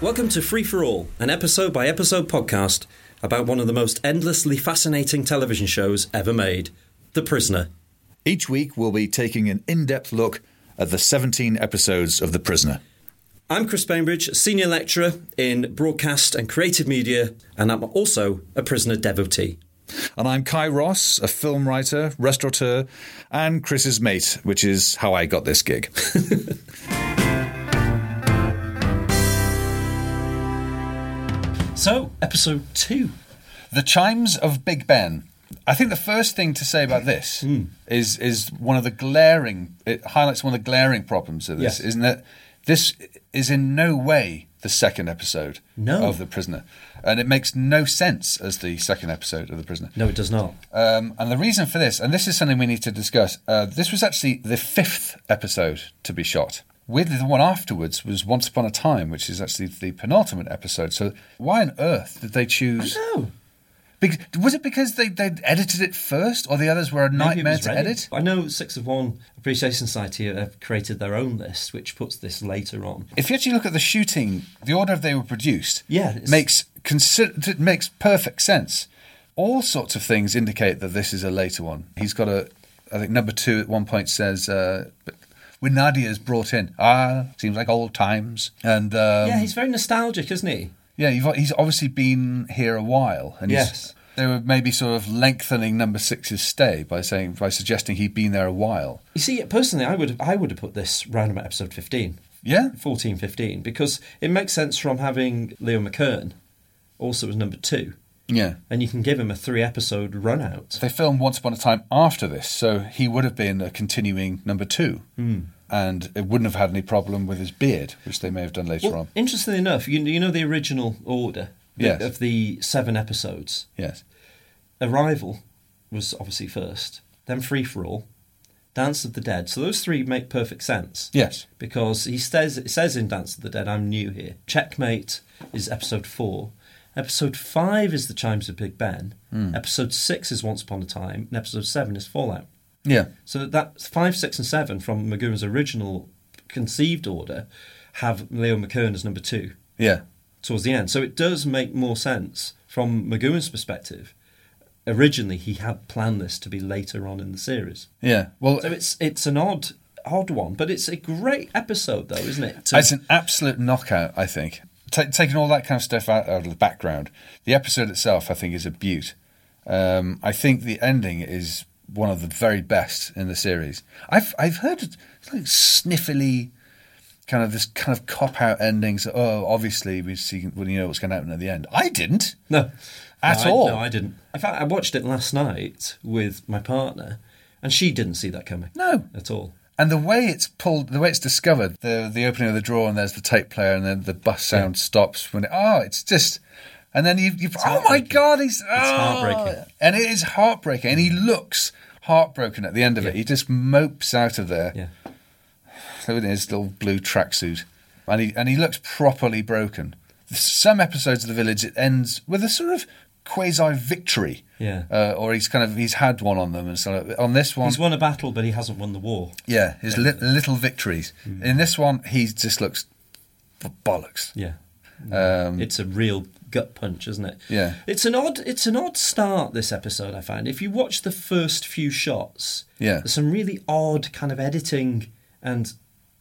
Welcome to Free for All, an episode by episode podcast about one of the most endlessly fascinating television shows ever made The Prisoner. Each week, we'll be taking an in depth look at the 17 episodes of The Prisoner. I'm Chris Bainbridge, Senior Lecturer in Broadcast and Creative Media, and I'm also a prisoner devotee. And I'm Kai Ross, a film writer, restaurateur, and Chris's mate, which is how I got this gig. So, episode two. The chimes of Big Ben. I think the first thing to say about this Hmm. is is one of the glaring. It highlights one of the glaring problems of this, Yes. isn't that this is in no way the second episode No. of the prisoner, and it makes no sense as the second episode of the prisoner. No, it does not. Um, and the reason for this, and this is something we need to discuss, uh, this was actually the fifth episode to be shot. Weirdly, the one afterwards was Once Upon a Time, which is actually the penultimate episode. So why on earth did they choose? No. Because, was it because they they edited it first, or the others were a nightmare to edit? I know Six of One Appreciation Society have created their own list, which puts this later on. If you actually look at the shooting, the order they were produced, Yeah, it's- makes consi- it makes perfect sense. All sorts of things indicate that this is a later one. He's got a, I think number two at one point says, uh, but when Nadia's brought in, ah, seems like old times, and um, yeah, he's very nostalgic, isn't he? yeah, you've, he's obviously been here a while, and he's- Yes. they were maybe sort of lengthening number six's stay by saying by suggesting he'd been there a while. You see, personally, I would I would have put this round about episode 15, Yeah, 14, 15, because it makes sense from having Leo McKern also as number two, yeah. and you can give him a three episode run out. They filmed Once Upon a Time after this, so he would have been a continuing number two. And it wouldn't have had any problem with his beard, which they may have done later Well, on. interestingly enough, you, you know the original order the- Yes. of the seven episodes. Yes. Arrival was obviously first, then Free for All, Dance of the Dead. So those three make perfect sense. Yes. Because he says it says in Dance of the Dead, I'm new here. Checkmate is episode four. Episode five is the Chimes of Big Ben. Episode six is Once Upon a Time, and episode seven is Fallout. Yeah. So that five, six, and seven from Magoon's original conceived order have Leo McKern as number two Yeah. towards the end. So it does make more sense from Magoon's perspective. Originally, he had planned this to be later on in the series. Yeah. Well, So it's it's an odd odd one, but it's a great episode, though, isn't it? To- it's an absolute knockout, I think. Ta taking all that kind of stuff out, out of the background, the episode itself, I think, is a beaut. Um, I think the ending is one of the very best in the series. I've I've heard it's like sniffily, kind of this kind of cop out endings. Oh, obviously we see well, you know what's going to happen at the end. I didn't. no, No, At I- all. no, I didn't. In fact, I watched it last night with my partner, and she didn't see that coming. No. at all. And the way it's pulled, the way it's discovered, the the opening of the drawer, and there's the tape player, and then the bus sound stops. When it, oh, it's just, and then you, you oh my heartbreaking. god, he's oh. heartbreaking. and it is heartbreaking, and he looks heartbroken at the end of it. He just mopes out of there Yeah. in his little blue tracksuit, and he and he looks properly broken. Some episodes of The Village it ends with a sort of quasi victory, Yeah. uh, or he's kind of he's had one on them, and so on this one He's won a battle, but he hasn't won the war. yeah, his li- little victories. Mm. In this one, he just looks b- bollocks. Yeah. Um, Mm. It's a real gut punch, isn't it? Yeah. It's an odd it's an odd start this episode I find. If you watch the first few shots, Yeah. there's some really odd kind of editing and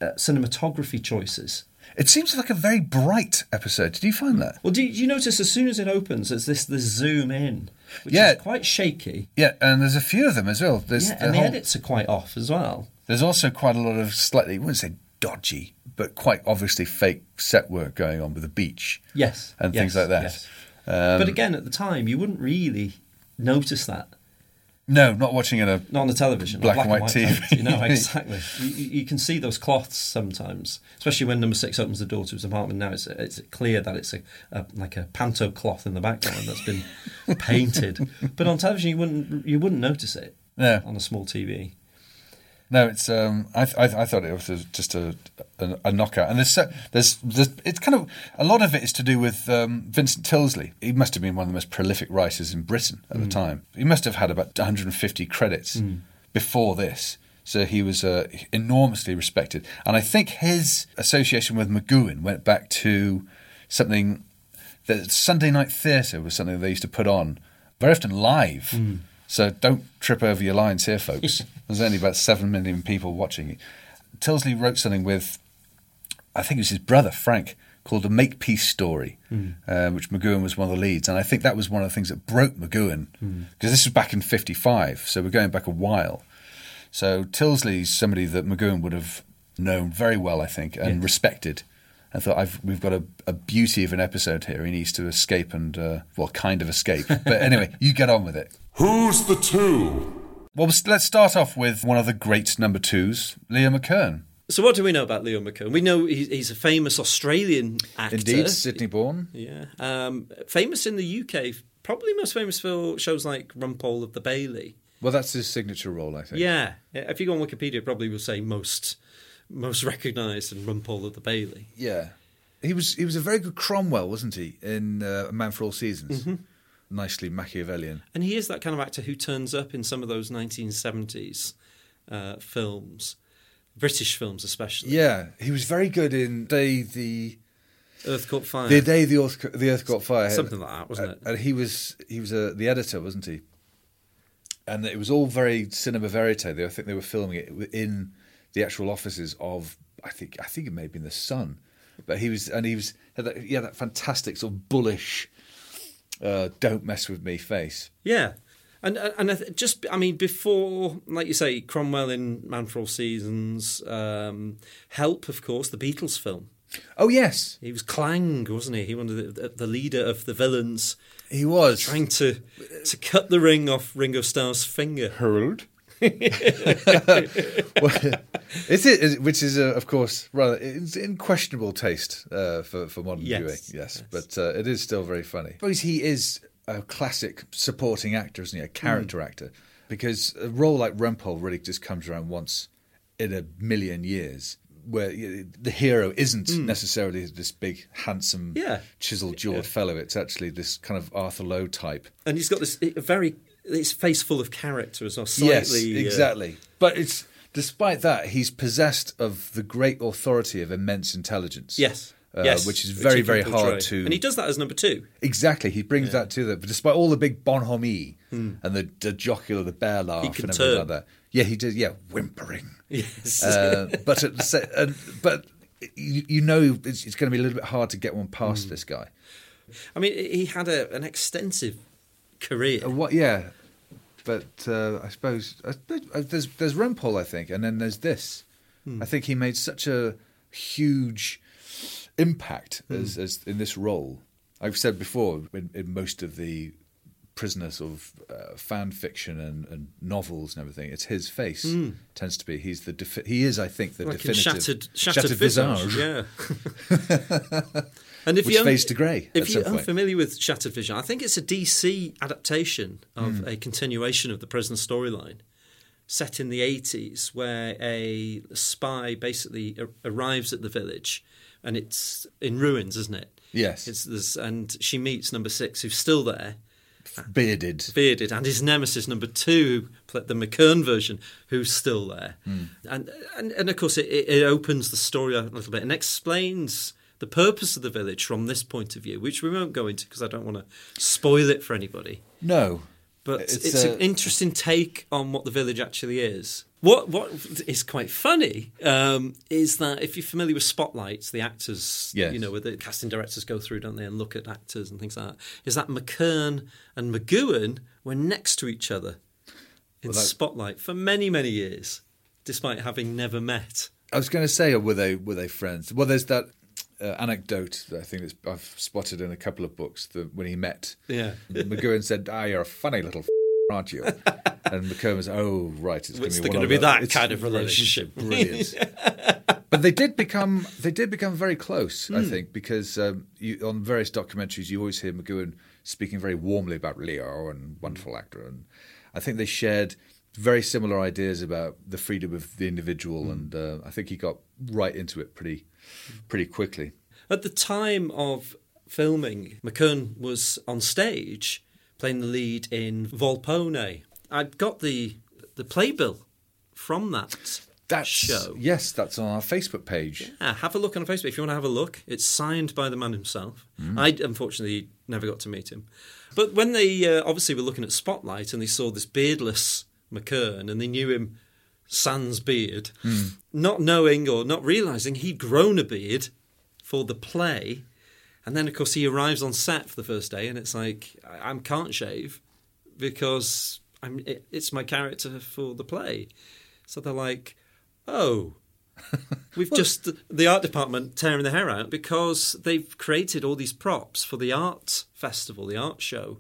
uh, cinematography choices. it seems like a very bright episode. Did you find that? Well, do you, do you notice as soon as it opens, there's this this zoom in, which Yeah. is quite shaky. Yeah, and there's a few of them as well. There's Yeah, the and whole- the edits are quite off as well. There's also quite a lot of slightly, I wouldn't say dodgy, but quite obviously fake set work going on with the beach. Yes, and yes, things like that. yes. Um, but again, at the time, you wouldn't really notice that. no, not watching uh, in a Not on the television. Black on and white TV. television, You know, exactly. you, you you can see those cloths sometimes, especially when number six opens the door to his apartment. Now it's, it's clear that it's a, a like a panto cloth in the background that's been painted. But on television, you wouldn't you wouldn't notice it No. on a small TV. No, it's um, I, th- I, th- I thought it was just a, a, a knockout, and there's, so, there's there's it's kind of a lot of it is to do with um, Vincent Tilsley. He must have been one of the most prolific writers in Britain at the time. He must have had about 150 credits before this, so he was uh, enormously respected. And I think his association with McGowan went back to something that Sunday night theatre was something they used to put on very often live. So don't trip over your lines here, folks. There's only about seven million people watching it. Tilsley wrote something with, I think it was his brother Frank, called a make peace story, uh, which McGowan was one of the leads, and I think that was one of the things that broke McGowan because this was back in '55, so we're going back a while. So Tilsley's somebody that McGowan would have known very well, I think, and Yeah. respected. I thought I've, we've got a, a beauty of an episode here. He needs to escape and, uh, well, kind of escape. But anyway, you get on with it. Who's the two? Well, s- let's start off with one of the great number twos, Leo McKern. So what do we know about Leo McCone? We know he's, he's a famous Australian actor. Sydney born. Yeah. Um, famous in the UK, probably most famous for shows like Rumpole of the Bailey. Well, that's his signature role, I think. Yeah. Yeah, If you go on Wikipedia, it probably will say most most recognised in Rumpole of the Bailey. Yeah, he was he was a very good Cromwell, wasn't he? In uh, A Man for All Seasons, Mm-hmm. nicely Machiavellian. And he is that kind of actor who turns up in some of those 1970s uh, films, British films especially. Yeah, he was very good in Day the Earth Caught Fire. the Day the Earth the Earth Caught Fire. Uh, Something like that, wasn't Uh, it? And he was he was uh, the editor, wasn't he? And it was all very cinema verite. They, I think they were filming it in the actual offices of I think I think it may have been the Sun, but he was and he was had that, yeah that fantastic sort of bullish, uh, don't mess with me face. Yeah, and uh, and I th- just I mean before, like you say, Cromwell in Man for All Seasons, um, Help, of course, the Beatles film. Oh yes, He was Clang, wasn't he? He was the, the, the leader of the villains, He was. trying to to cut the ring off Ringo Starr's finger. Harold. is it, is, which is, uh, of course, rather it's in questionable taste uh, for for modern Yes, viewing. Yes, but uh, it is still very funny. I suppose he is a classic supporting actor, isn't he? A Hmm. character actor, because a role like Rumpole really just comes around once in a million years, where y- the hero isn't necessarily this big, handsome, Hmm. Yeah. chisel jawed fellow. It's actually this kind of Arthur Lowe type. And he's got this a very his face full of character as well. Slightly, Yes, uh, exactly. But it's despite that, he's possessed of the great authority of immense intelligence. Yes. uh, yes, which is very, he very portrayed. hard to. And he does that as number two. exactly, he brings that to the. But despite all the big bonhomie and the, the jocular, the bear laugh, Hmm. can and everything turn. like that. Yeah, he did. Yeah, whimpering. Yes. Uh, but at the se- and, but you, you know it's, it's going to be a little bit hard to get one past Hmm. this guy. I mean, he had a, an extensive career. Uh, What? Yeah, but uh, I suppose I, suppose- uh, there's there's Rumpole, I think, and then there's this. Hmm. I think he made such a huge impact Hmm. as, as in this role. I've said before in, in most of the prisoners of uh, fan fiction and, and novels and everything, it's his face tends to be. He's the defi- he is, I think, the Hmm. like in definitive shattered, shattered, visage. Yeah. and if Which you're un- fades to grey at if some you're point. unfamiliar with shattered vision, I think it's a DC adaptation of Hmm. a continuation of the prison storyline. Set in the 80s, where a spy basically ar- arrives at the village and it's in ruins, isn't it? Yes. It's, there's, and she meets number six, who's still there, bearded. bearded, and his nemesis number two, pl- the McKern version, who's still there, and, and and of course it, it it opens the story up a little bit and explains the purpose of the village from this point of view, which we won't go into because I don't want to spoil it for anybody. No, But It's, it's, uh, an interesting take on what the village actually is. What what is quite funny um, is that if you're familiar with spotlights, the actors, Yes. you know, where the casting directors go through, don't they, and look at actors and things like that, is that McKern and McGowan were next to each other in that- spotlight for many many years, despite having never met. I was going to say, were they were they friends? Well, there's that uh, anecdote that I think that's, I've spotted in a couple of books that when he met, Yeah. McGowan said, "Ah, you're a funny little, f- aren't you?" And McComb was, "Oh, right, it's going It's to be going to one of be the- that it's kind of relationship. Brilliant. but they did become they did become very close, I Hmm. think, because um, you, on various documentaries you always hear McGowan speaking very warmly about Leo and Hmm. wonderful actor, and I think they shared very similar ideas about the freedom of the individual, Hmm. and uh, I think he got right into it pretty pretty quickly. At the time of filming, McKern was on stage playing the lead in Volpone. I'd got the the playbill from that That's, show. Yes, that's on our Facebook page. Yeah, have a look on Facebook if you want to have a look. It's signed by the man himself. I unfortunately never got to meet him. But when they uh, obviously were looking at Spotlight and they saw this beardless McKern and they knew him sans beard, not knowing or not realizing he'd grown a beard for the play. And then, of course, he arrives on set for the first day and it's like, I, I can't shave because I'm, it, it's my character for the play. So they're like, oh. We've just the art department tearing the hair out because they've created all these props for the art festival, the art show.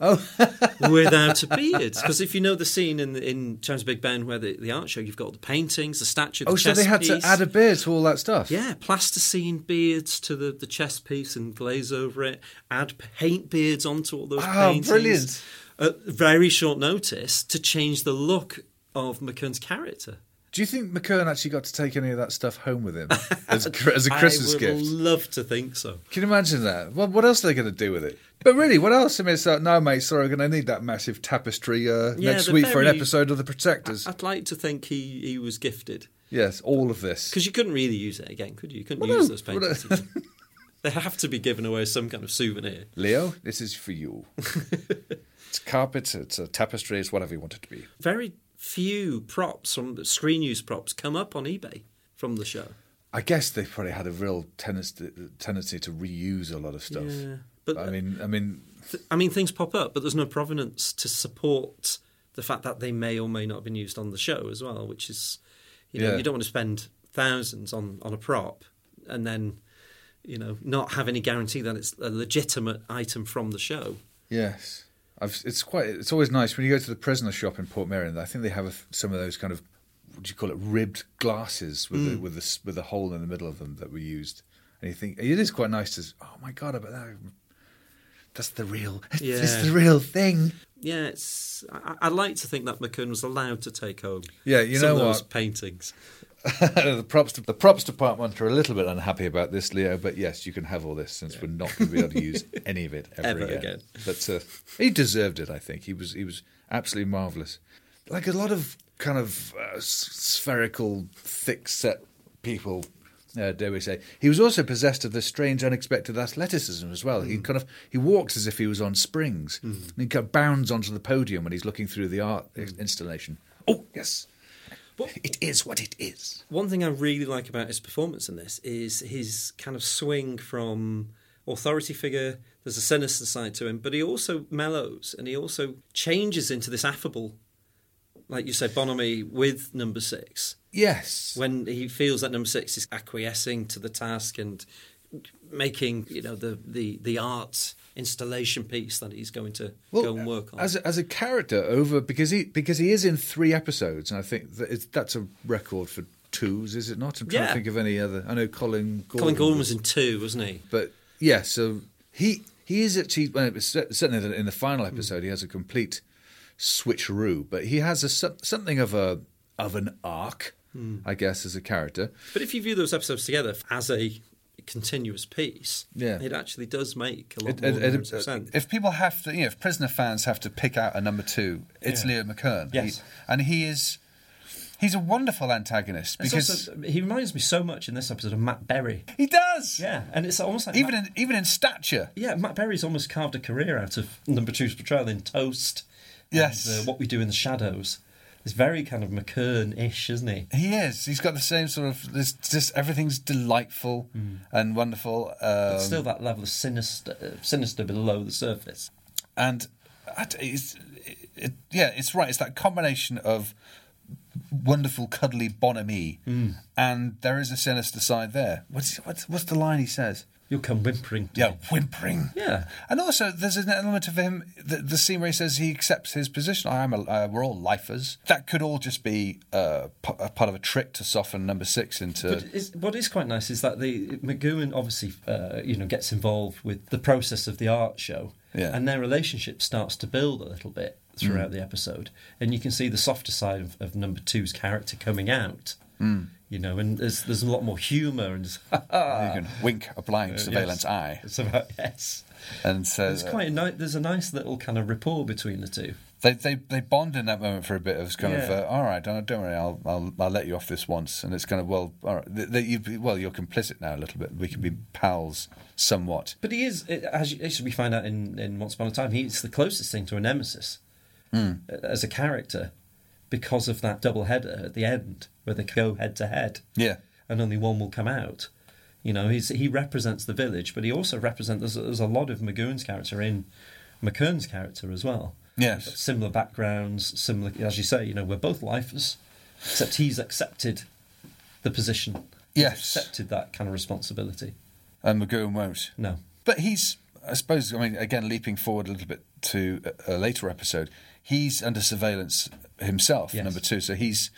Oh, without a beard. Because if you know the scene in in James Big Ben where the, the art show, you've got the paintings, the statue. The Oh, so they chess had piece. to add a beard to all that stuff. yeah, plasticine beards to the the chess piece and glaze over it. Add paint beards onto all those Ah, paintings. brilliant. At very short notice to change the look of McCune's character. Do you think McKern actually got to take any of that stuff home with him as, a- as a I Christmas would gift? Love to think so. Can you imagine that? What, what else are they going to do with it? But really, what else? I mean, it's like, no, mate, sorry, I'm going to need that massive tapestry uh, Yeah, next the week for an very- episode of The Protectors. I'd like to think he, he was gifted yes, all of this. because you couldn't really use it again, could you? You couldn't Well, use no, those well, paintings. no. again. they have to be given away as some kind of souvenir. Leo, this is for you. it's carpets, it's a tapestry, it's whatever you want it to be. Very few props from screen use props come up on eBay from the show. I guess they probably had a real tendency, tendency to reuse a lot of stuff. Yeah, but- I mean, I mean, Th- I mean, things pop up, but there's no provenance to support the fact that they may or may not have been used on the show as well, which is, you know, Yeah. you don't want to spend thousands on, on a prop and then, you know, not have any guarantee that it's a legitimate item from the show. Yes, I've, it's quite. It's always nice when you go to the prisoner shop in Port Merion. I think they have a, some of those kind of what do you call it ribbed glasses with the, with the, s- with a hole in the middle of them that were used. And you think it is quite nice to. s- Oh my god, about that. That's the real. It's Yeah. the real thing. Yeah, it's. I, I like to think that McCunn was allowed to take home. Yeah, you some know of those what? paintings. the props. The props department are a little bit unhappy about this, Leo. But yes, you can have all this since we're not going to be able to use any of it ever, Ever again. again. But uh, he deserved it. I think he was he was absolutely marvelous. Like a lot of kind of uh, s- spherical, thick set people. Uh, dare we say he was also possessed of this strange, unexpected athleticism as well. He kind of he walks as if he was on springs, and he kind of bounds onto the podium when he's looking through the art installation. Oh yes, But- it is Mm. what it is. One thing I really like about his performance in this is his kind of swing from authority figure. There's a sinister side to him, but he also mellows and he also changes into this affable, like you said, bonhomie with number six. Yes. when he feels that number six is acquiescing to the task and making you know the the the art installation piece that he's going to go and work on. as a, as a character over because he because he is in three episodes, and I think that it's, that's a record for twos, is it not? I'm trying to Yeah. think of any other. I know Colin Gordon, Colin Gorman was in two, wasn't he? but yeah, so he he is actually well, it was cer- certainly in the- in the final episode he has a complete switcheroo, but he has a so- something of a of an arc, Hmm. I guess, as a character. But if you view those episodes together as a continuous piece, Yeah. it actually does make a lot It- more it- it- sense. If people have to, you know, if prisoner fans have to pick out a number two, it's Leo McKern. Yes. He- and he is, he's a wonderful antagonist because he reminds me so much in this episode of Matt Berry. he does. Yeah, and it's almost like Even in even in stature. Yeah, Matt Berry's almost carved a career out of Number Two's portrayal in Toast. Yes. and, uh, what we do in the shadows. It's very kind of McKern-ish, isn't he? He is. He's got the same sort of. This, just everything's delightful Mm. and wonderful. Um, Still that level of sinister, uh, sinister below the surface. and I d- it's, it, it, yeah, it's right. It's that combination of wonderful, cuddly bonhomie, Mm. and there is a sinister side there. What's what's, what's the line he says? You'll come whimpering. to Yeah, me. whimpering. Yeah. and also there's an element of him. The, the scene where he says he accepts his position. I am. A, uh, we're all lifers. That could all just be uh, p- a part of a trick to soften number six into. But is, what is quite nice is that the McGowan obviously, uh, you know, gets involved with the process of the art show, Yeah. Mm. and their relationship starts to build a little bit throughout the episode, and you can see the softer side of, of Number Two's character coming out. Mm. You know, and there's there's a lot more humour and. you can wink a blind surveillance uh, Yes. eye, It's about yes. and uh, so It's quite a ni- there's a nice little kind of rapport between the two. They, they they bond in that moment for a bit of kind of Yeah. uh, all right don't, don't worry I'll, I'll I'll let you off this once and it's kind of well all right th th- you well you're complicit now a little bit we can be pals somewhat But he is, it- as, you, as we find out in, in Once Upon a Time, he's the closest thing to a nemesis Hmm. uh, as a character because of that double header at the end where they go head to head yeah and only one will come out. You know, he's, he represents the village, but he also represents, there's, there's a lot of Magoon's character in McKern's character as well. Yes. Similar backgrounds, similar, as you say, you know, we're both lifers, except he's accepted the position. He's Yes. accepted that kind of responsibility. and Magoon won't No. But he's, I suppose, I mean, again, leaping forward a little bit to a, a later episode, he's under surveillance himself, Yes. number two. So he's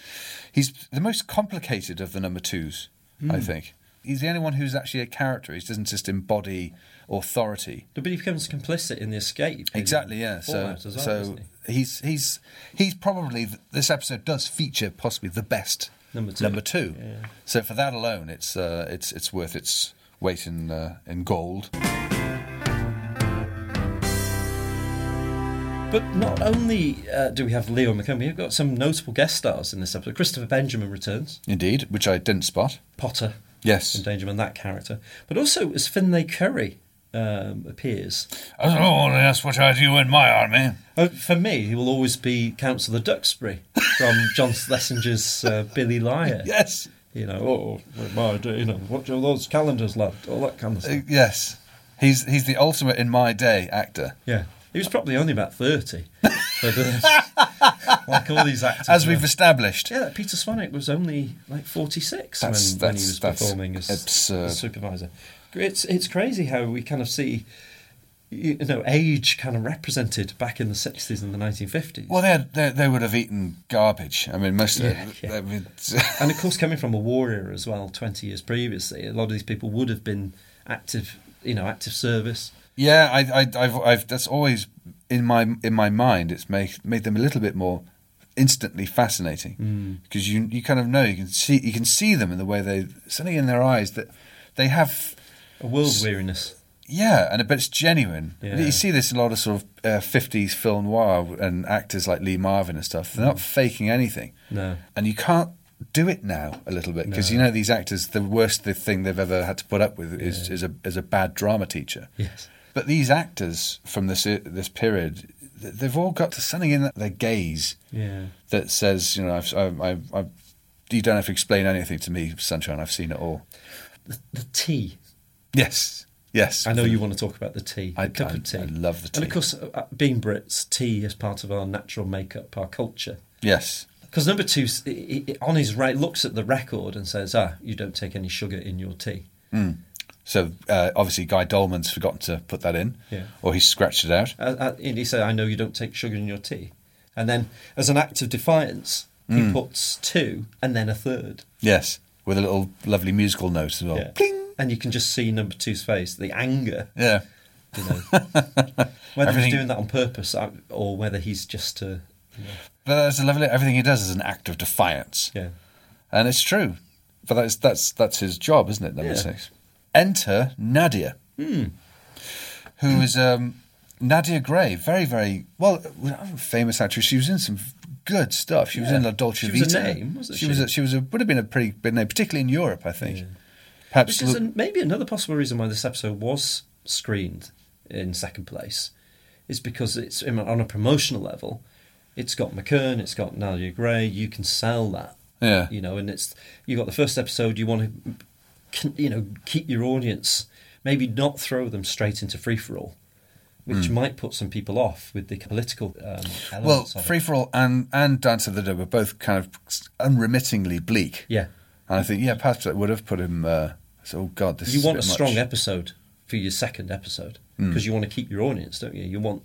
he's the most complicated of the number twos, Hmm. I think. He's the only one who's actually a character. He doesn't just embody authority. But he becomes complicit in the escape. in Exactly, yeah. So, Fallout as well, so doesn't he? he's he's he's probably this episode does feature possibly the best Number two. Number two. Yeah. So for that alone, it's uh, it's it's worth its weight in uh, in gold. But not only uh, do we have Leo McComb, we've got some notable guest stars in this episode. Christopher Benjamin returns, Indeed, which I didn't spot. Potter Yes. from Dangerman, that character. But also as Finlay Curry um, appears. As a lord, "Oh, that's what I do in my army. Uh, for me, he will always be Councillor Duxbury from John Schlesinger's uh, Billy Liar. Yes. You know, oh, my day, you know, what do those calendars lad? All that kind of Uh, stuff. yes. He's he's the ultimate in my day actor. Yeah. He was probably only about 30. But, uh, like all these actors. As were. we've established. Yeah, that Peter Swanick was only like 46 That's- when, when that's- he was that's performing as, absurd. as supervisor. It's it's crazy how we kind of see you know age kind of represented back in the 60s and the 1950s. Well, they, had, they they would have eaten garbage. I mean, most of Yeah, yeah. I mean, and of course, coming from a war era as well, 20 years previously, a lot of these people would have been active, you know, active service. yeah, I, I, I've, I've that's always in my in my mind. It's made made them a little bit more instantly fascinating because you you kind of know you can see you can see them in the way they something in their eyes that they have A world weariness. Yeah, and but it's genuine. Yeah. You see this in a lot of sort of uh, 50s film noir and actors like Lee Marvin and stuff. They're not faking anything. Mm. No. And you can't do it now a little bit because you know these actors, the worst the thing they've ever had to put up with is, is, a, is a bad drama teacher. Yes. But these actors from this uh, this period, th- they've all got something in their gaze Yeah. that says, you know, I've, I've, I've, I've, you don't have to explain anything to me, Sunshine. I've seen it all. The tea. Yes, yes. I know you want to talk about the tea. I- the cup I- of tea. I love the And tea. of course, uh, uh, being Brits, tea is part of our natural makeup, our culture. Yes. Because number two, s- i- i- on his right, looks at the record and says, "Ah, you don't take any sugar in your tea." So uh, obviously, Guy Dolman's forgotten to put that in, Yeah. or he's scratched it out. Uh, uh, and he said, "I know you don't take sugar in your tea," and then, as an act of defiance, he puts two and then a third. Yes, with a little lovely musical note as well. Yeah. Pling. And you can just see number two's face, the anger. Yeah. You know, whether Everything- he's doing that on purpose uh, or whether he's just uh, to, But that's a lovely. Everything he does is an act of defiance, yeah, and it's true. But that's that's that's his job, isn't it? Number Yeah. Hmm. six. Enter Nadia, who is um, Nadia Gray, very very well famous actress. She was in some good stuff. She was Yeah. in La She Dolce Vita. was a name, wasn't was she? a, she was a, would have been a pretty big name, particularly in Europe, I think. Perhaps which is Lu- an, maybe another possible reason why this episode was screened in second place is because it's I mean, on a promotional level it's got McKern it's got Nadia Gray you can sell that Yeah. you know and it's you got the first episode you want to you know keep your audience maybe not throw them straight into free for all which might put some people off with the political um, Hmm. Well, elements of it. Free for All and, and Dance of the Dead were both kind of unremittingly bleak. yeah And I think, yeah, perhaps that would have put him. Uh, so, oh, God, this you is want a bit much. Hmm. strong episode for your second episode because you want to keep your audience, don't you? You want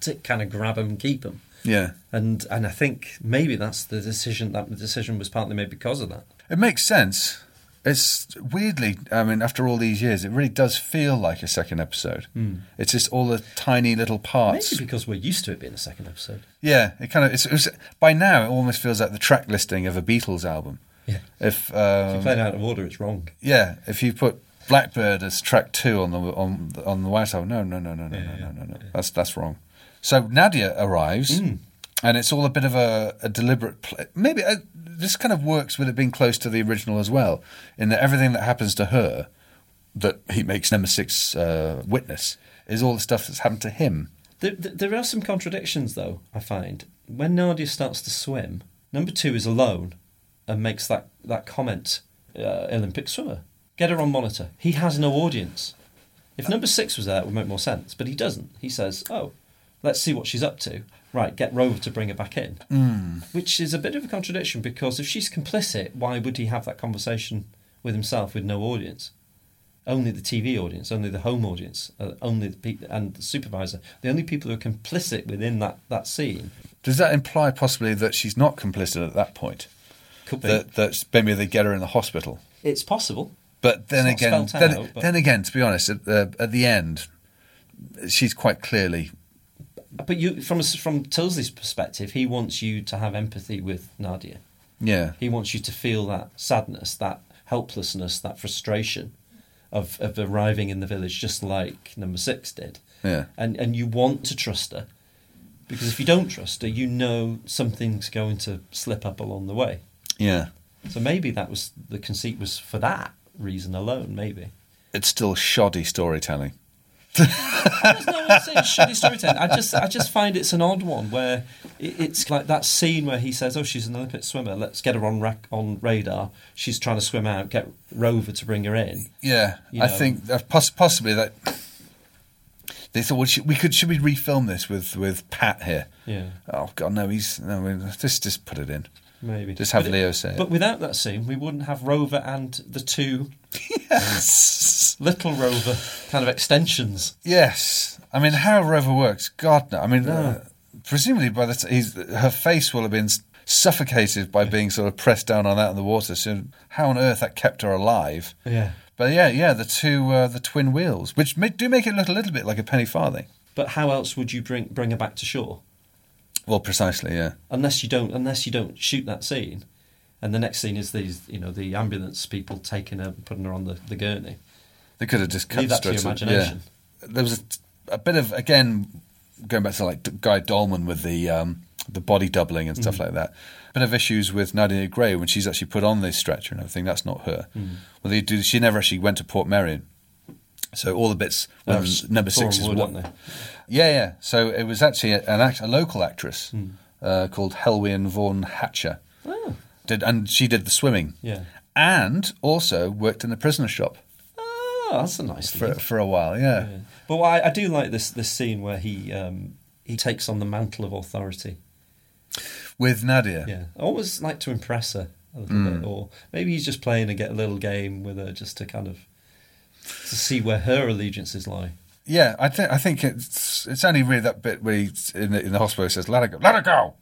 to kind of grab them, keep them, Yeah. and and I think maybe that's the decision. That decision was partly made because of that. It makes sense. It's weirdly, I mean, after all these years, it really does feel like a second episode. It's just all the tiny little parts. Hmm. Maybe because we're used to it being a second episode. Yeah, it kind of. It's, it was, by now, it almost feels like the track listing of a Beatles album. Yeah. If um, Played out of order, it's wrong. Yeah, if you put Blackbird as track two on the on on the White Album, no, no, no, no, no, no, no, no, no. That's that's wrong. So Nadia arrives, and it's all a bit of a, a deliberate. Pl- Maybe uh this kind of works with it being close to the original as well, in that everything that happens to her, that he makes number six uh, witness, is all the stuff that's happened to him. There, there there are some contradictions, though, I find. When Nadia starts to swim, number two is alone and makes that, that comment uh, Olympic swimmer. Get her on monitor. He has no audience. If number six was there, it would make more sense, but he doesn't. He says, Oh, let's see what she's up to. Right, get Rover to bring her back in. Which is a bit of a contradiction because if she's complicit, why would he have that conversation with himself with no audience? only the TV audience, only the home audience, uh, only the pe- and the supervisor, the only people who are complicit within that, that scene. Does that imply possibly that she's not complicit at that point? Could be. That that maybe they get her in the hospital. it's possible. But then It's not again, spelt then, out, but- then again, to be honest, at the, at the end, she's quite clearly But you, from a s from Tilsley's perspective, he wants you to have empathy with Nadia. yeah. He wants you to feel that sadness, that helplessness, that frustration of, of arriving in the village, just like number six did. Yeah. And and you want to trust her. Because if you don't trust her, you know something's going to slip up along the way. Yeah. So maybe that was the conceit was for that reason alone. Maybe It's still shoddy storytelling. there's no one saying shoddy storytelling. I just I just find it's an odd one where it, it's like that scene where he says, "Oh, she's an Olympic swimmer. Let's get her on rac- on radar. She's trying to swim out. Get Rover to bring her in." Yeah, You I know. think that poss- possibly that they thought well, should, we could should we refilm this with with Pat here? Yeah. Oh God, no, he's no. we- Just just put it in. Maybe Just have But it- Leo say it. But without that scene, we wouldn't have Rover and the two Yes. little Rover kind of extensions. Yes. I mean, how Rover works, God no. I mean, uh, presumably by the t- he's her face will have been s- suffocated by being sort of pressed down on that in the water. So how on earth that kept her alive? Yeah. But yeah, yeah, the two uh, the twin wheels, which ma- do make it look a little bit like a penny farthing. But how else would you bring bring her back to shore? Well, precisely, yeah. unless you don't unless you don't shoot that scene and the next scene is these you know the ambulance people taking her putting her on the, the gurney They could have just cut Leave that to straight your to- imagination. yeah. There was a, a bit of again going back to like D- Guy Dolman with the um, the body doubling and Mm. stuff like that. Bit of issues with Nadia Gray when she's actually put on this stretcher and everything. That's not her. Mm. Well, they do. She never actually went to Port Marion. So all the bits when Uh, s- number Thorne six is Wood, one. aren't Yeah, yeah. So it was actually an act, a local actress Mm. uh, called Helwyn Vaughan Hatcher. Did and she did the swimming. Oh. Yeah. And also worked in the prisoner shop oh that's a nice for, thing for a while. Yeah. but what I, I do like this this scene where he um, he takes on the mantle of authority with Nadia. yeah I always like to impress her a little Mm. bit or maybe he's just playing a get a little game with her just to kind of to see where her allegiances lie Yeah, I think I think it's it's only really that bit where he's in the, in the hospital he says, "Let her go, let her go."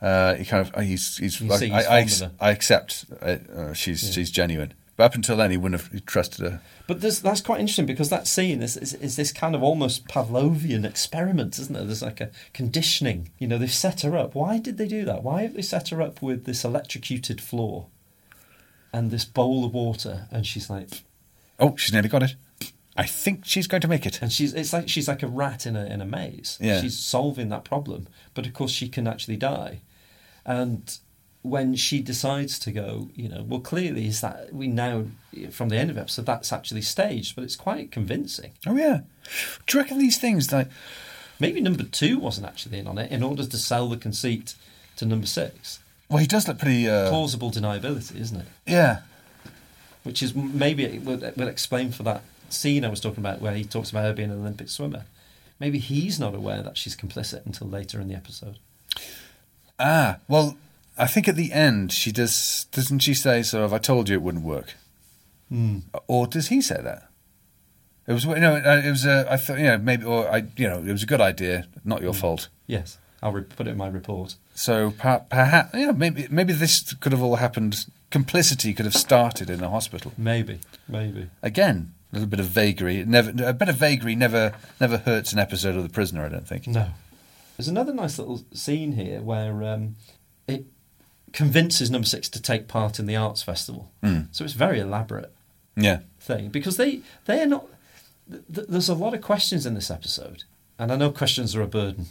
Uh, he kind of he's he's You like, see he's I, I, Hmm. fond of her. I accept uh, uh, she's she's genuine, but up until then he wouldn't have trusted her. But there's, that's quite interesting because that scene is, is, is this kind of almost Pavlovian experiment, isn't it? There's like a conditioning. You know, they've set her up. Why did they do that? Why have they set her up with this electrocuted floor and this bowl of water? And she's like, Oh, she's nearly got it. I think she's going to make it. and she's it's like she's like a rat in a in a maze. Yeah. She's solving that problem, but of course she can actually die. And when she decides to go, you know, well, clearly is that we now from the end of the episode that's actually staged, but it's quite convincing. Oh yeah, do you reckon these things like Maybe number two wasn't actually in on it in order to sell the conceit to number six. well he does look pretty uh, Plausible deniability, isn't it? yeah Which is maybe it will, it will explain for that scene I was talking about where he talks about her being an Olympic swimmer. Maybe he's not aware that she's complicit until later in the episode. ah well I think at the end she does doesn't she say sort of I told you it wouldn't work. or does he say that? It was you know uh, it was a I thought you know maybe or I you know it was a good idea, not your fault. Yes, I'll re- put it in my report. So per- perhaps you know maybe maybe this could have all happened. Complicity could have started in a hospital Maybe, maybe. again. A little bit of vagary, It never a bit of vagary never never hurts an episode of The Prisoner. I don't think. No. There's another nice little scene here where um, it convinces number six to take part in the arts festival. So it's very elaborate. Yeah, thing because they they're not. Th- th- there's a lot of questions in this episode. and I know questions are a burden,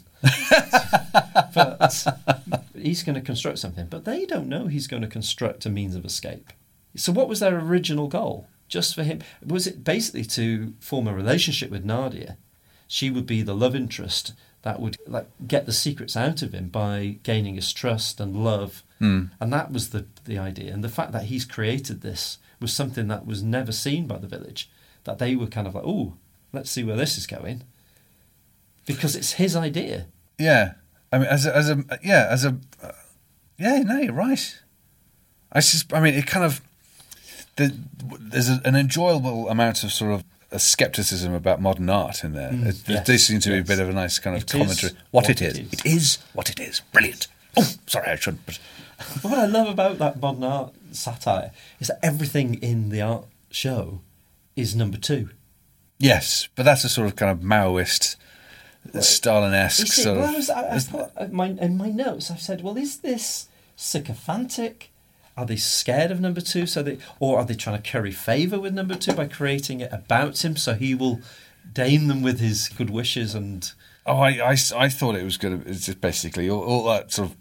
but he's going to construct something. But they don't know he's going to construct a means of escape. So, what was their original goal? Just for him, was it basically to form a relationship with Nadia? She would be the love interest that would like get the secrets out of him by gaining his trust and love, and that was the the idea. And the fact that he's created this was something that was never seen by the village. That they were kind of like, oh, let's see where this is going because it's his idea. Yeah, I mean, as a, as a yeah, as a uh, yeah, no, you're right. I just, I mean, it kind of the, there's a, an enjoyable amount of sort of a skepticism about modern art in there. it, there Mm, yes, does seem to yes. be a bit of a nice kind of It is commentary. what what it it is. is. it is what it is. Brilliant. Oh, sorry, I shouldn't. But But what I love about that modern art satire is that everything in the art show is number two. yes, but that's a sort of kind of Maoist, Stalin-esque Is it, sort well, of. I was, I, I put uh, my, in my notes, I've said, well, is this sycophantic? Are they scared of number two? So they, or are they trying to curry favour with number two by creating it about him so he will deign them with his good wishes and Oh, I, I, I thought it was going to. It's just basically all, all that sort of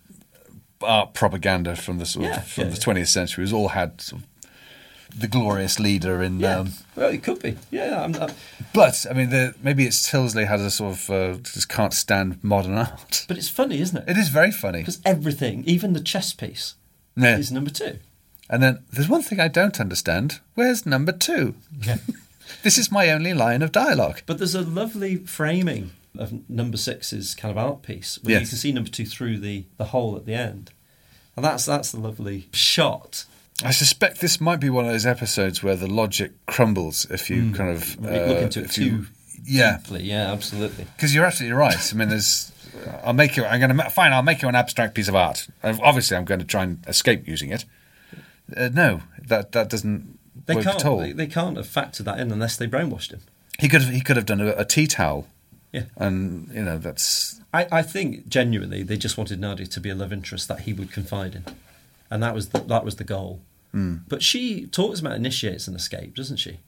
art propaganda from the sort Yeah, of, from yeah, the yeah. twentieth century has all had sort of the glorious leader in. yeah, Um, well, it could be. Yeah, I'm, i but I mean, the, maybe it's Tilsley has a sort of uh, just can't stand modern art. but it's funny, isn't it? It is very funny. Because everything, even the chess piece, Yeah. is number two. And then there's one thing I don't understand. Where's number two? this is my only line of dialogue. But there's a lovely framing of number six's kind of art piece where you Yes. can see number two through the, the hole at the end. And that's that's the lovely shot. I suspect this might be one of those episodes where the logic crumbles if you kind of Hmm. uh, Look into it if you- too Yeah, deeply. Yeah, absolutely. Because you're absolutely right. I mean, there's. I'll make you. I'm going to fine. I'll make you an abstract piece of art. I've- Obviously, I'm going to try and escape using it. Uh, no, that that doesn't They work can't at all. they, they can't have factored that in unless they brainwashed him. He could have. He could have done a, a tea towel, Yeah. and you know that's. I, I think genuinely they just wanted Nadia to be a love interest that he would confide in. And that was the, that was the goal. Hmm. But she talks about initiates an escape, doesn't she?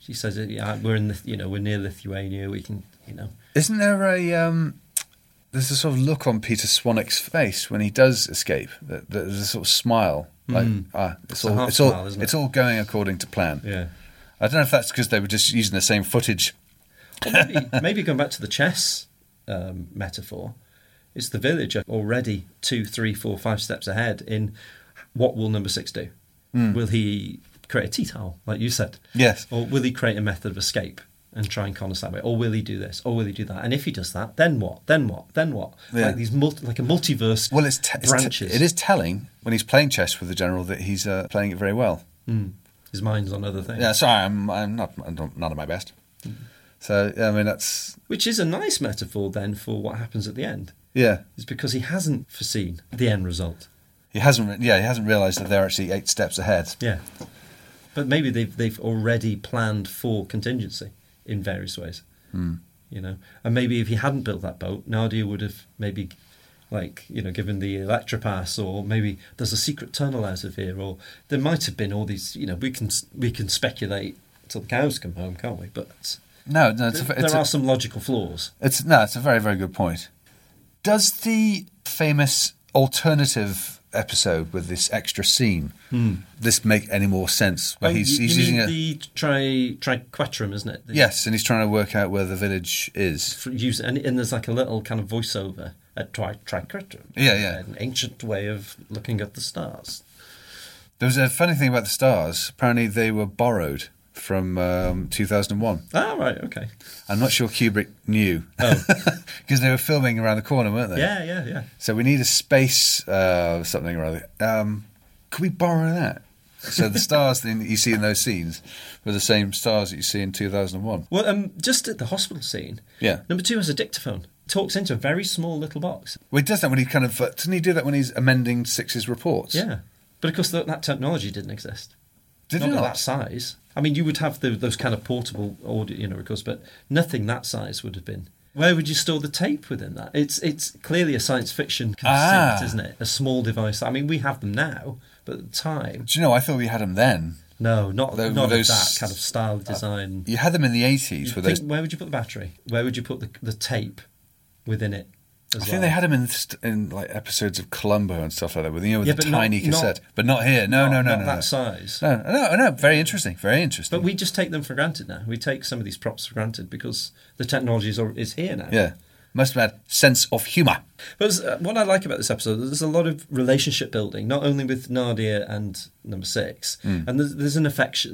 She says, yeah, we're in, the, you know, we're near Lithuania. We can, you know, Isn't there a? Um, there's a sort of look on Peter Swanick's face when he does escape. That that- There's a sort of smile. Like ah, it's, Hmm. a all. half It's smile, all. isn't it? It's all going according to plan. Yeah. I don't know if that's because they were just using the same footage. Or maybe, maybe going back to the chess um, metaphor, it's the village are already two, three, four, five steps ahead in what will number six do? Will he create a tea towel, like you said? Hmm. Yes. Or will he create a method of escape and try and con us that way? Or will he do this? Or will he do that? And if he does that, then what? Then what? Then what? Yeah. Like these multi, like a multiverse. Well, it's, te- it's te- branches. it is telling when he's playing chess with the general that he's uh, playing it very well. Hmm. His mind's on other things. Yeah, sorry, I'm I'm not I'm not not at my best. Mm-hmm. So I mean that's Which is a nice metaphor then for what happens at the end. yeah. It's because he hasn't foreseen the end result. He hasn't re- yeah he hasn't realised that they're actually eight steps ahead. Yeah, but maybe they've they've already planned for contingency in various ways. Hmm. Mm. You know, and maybe if he hadn't built that boat, Nadia would have maybe, like you know, given the electropass, or maybe there's a secret tunnel out of here, or there might have been all these. You know, we can we can speculate till the cows come home, can't we? But No, no, it's a, there it's, a, are some logical flaws. it's no, it's a very very good point. Does the famous alternative episode with this extra scene this make any more sense? Where Hmm. Oh, he's you, he's you using mean a the tri triquetrum, isn't it? The- yes, and he's trying to work out where the village is. f- use and, and there's like a little kind of voiceover at tri- Tricritum. Yeah, yeah. An ancient way of looking at the stars. There was a funny thing about the stars. Apparently, they were borrowed from um, 2001. Ah, right, okay. I'm not sure Kubrick knew Oh. because they were filming around the corner, weren't they? Yeah, yeah, yeah. So we need a space uh, something or other. Um, could we borrow that? So the stars that you see in those scenes were the same stars that you see in 2001. Well, um, just at the hospital scene. Yeah. Number two has a dictaphone. Talks into a very small little box. Well, he does that when he kind of uh, doesn't he do that when he's amending Six's reports? Yeah. But of course, th- that technology didn't exist. Did not it of not? that size. I mean, you would have the, those kind of portable audio, you know, records, but nothing that size would have been. Where would you store the tape within that? It's it's clearly a science fiction concept, Ah. isn't it? A small device. I mean, we have them now, but at the time, Do you know? I thought we had them then. No, not Those- not those- of that kind of style design. You had them in the 80s with Think- those. where would you put the battery? Where would you put the, the tape within it? As I well? think they had them in, st- in like episodes of Columbo and stuff like that, with you know, with Yeah, the but not- tiny not- cassette, but not here. No, Not- no, no, not no, that no. size. No, no, no. Very interesting. Very interesting. But we just take them for granted now. We take some of these props for granted because the technology is, al- is here now. yeah, must have had sense of humour. But it's, uh, what I like about this episode, there's a lot of relationship building, not only with Nadia and Number Six, and there's, there's an affection.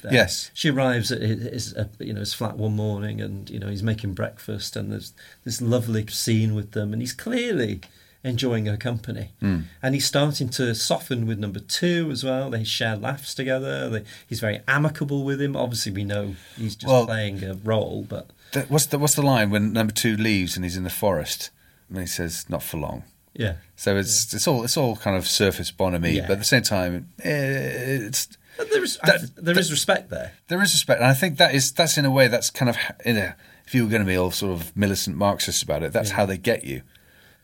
There. Hmm. Yes. she arrives at his, his uh, you know his flat one morning, and you know he's making breakfast, and there's this lovely scene with them, and he's clearly enjoying her company, Hmm. and he's starting to soften with Number Two as well. They share laughs together. They, he's very amicable with him. Obviously, we know he's just Well- playing a role, but Th- What's the what's the line when number two leaves and he's in the forest and he says not for long. yeah, So it's it's all it's all kind of surface bonhomie, Yeah. but at the same time, eh, it's But there is That- there is respect there. there is respect, and I think that is that's in a way that's kind of h- in a if you were going to be all sort of militant Marxist about it, that's how they get you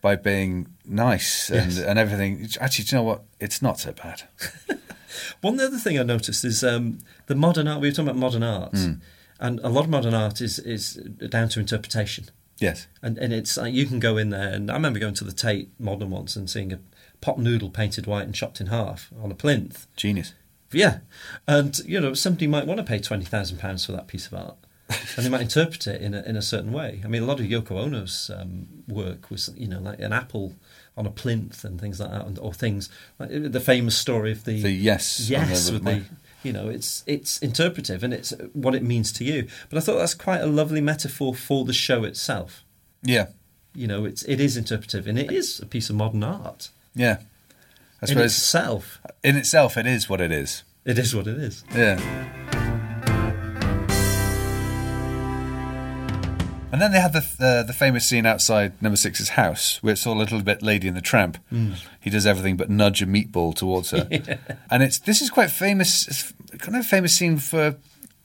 by being nice and Yes. and everything. Actually, do you know what? It's not so bad. One other thing I noticed is um, the modern art. We were talking about modern art, and a lot of modern art is is down to interpretation. yes. And and it's like you can go in there, and I remember going to the Tate Modern once and seeing a pot noodle painted white and chopped in half on a plinth. Genius. Yeah, and you know somebody might want to pay twenty thousand pounds for that piece of art, and they might interpret it in a, in a certain way. I mean, a lot of Yoko Ono's um, work was you know like an apple on a plinth and things like that, and, or things like the famous story of the The yes on yes the- with the you know it's it's interpretive and it's what it means to you. But I thought that's quite a lovely metaphor for the show itself. Yeah. You know, it's it is interpretive and it is a piece of modern art. Yeah. I In suppose itself, in itself, it is what it is. it is what it is. Yeah. And then they have the uh, the famous scene outside Number Six's house, where it's all a little bit Lady in the Tramp. Mm. He does everything but nudge a meatball towards her, and it's this is quite famous, it's kind of a famous scene for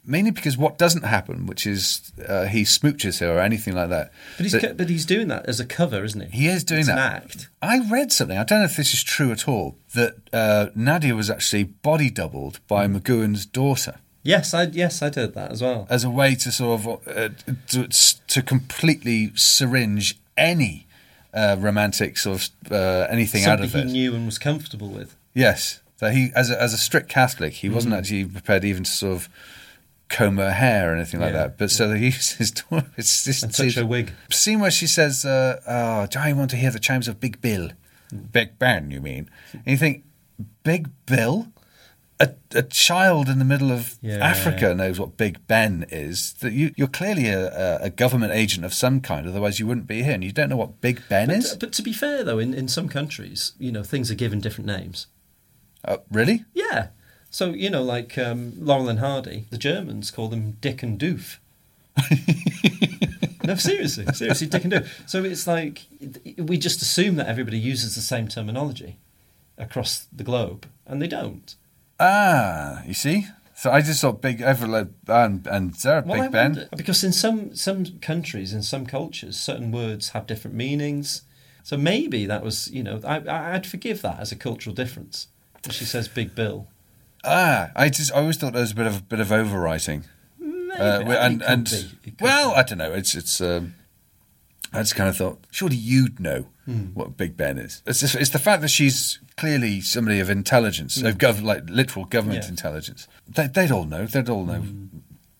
mainly because what doesn't happen, which is uh, he smooches her or anything like that. But he's That- co- but he's doing that as a cover, isn't he? he is doing It's that. An act. I read something. I don't know if this is true at all. That uh, Nadia was actually body doubled by Mm. McGowan's daughter. Yes, I yes I did that as well. as a way to sort of uh, to, to completely syringe any uh, romantic sort of uh, anything Somebody out of he it. knew and was comfortable with. Yes, that he as a, as a strict Catholic, he Hmm. wasn't actually prepared even to sort of comb her hair or anything like Yeah, that. But so they use his daughter. It's just And touch her wig. Scene where she says, uh, "Oh, do I want to hear the chimes of Big Bill?" Big Ben, you mean? And you think, Big Bill? A, a child in the middle of Yeah. Africa knows what Big Ben is. That you, you're clearly a, a- a government agent of some kind, otherwise you wouldn't be here. And you don't know what Big Ben is. But, but to be fair though, in, in some countries, you know, things are given different names. Uh, really? Yeah. So, you know, like um, Laurel and Hardy, the Germans call them Dick and Doof. no, seriously, seriously, Dick and Doof. So it's like we just assume that everybody uses the same terminology across the globe, and they don't. Ah, you see. So I just thought Big Everlo and and Sarah Well, I Big Ben. wonder- because in some some countries, in some cultures, certain words have different meanings. So maybe that was, you know, I, I- I'd forgive that as a cultural difference. She says Big Bill. Ah, I just I always thought there was a bit of bit of overwriting. Maybe. Uh, I mean, it and could and be. It could well, be. I don't know. It's it's. Um, I just kind of thought, surely you'd know Hmm. what Big Ben is. It's, just, it's the fact that she's clearly somebody of intelligence, of gov- like literal government Hmm. Yeah. Hmm. intelligence. They, they'd all know. They'd all know.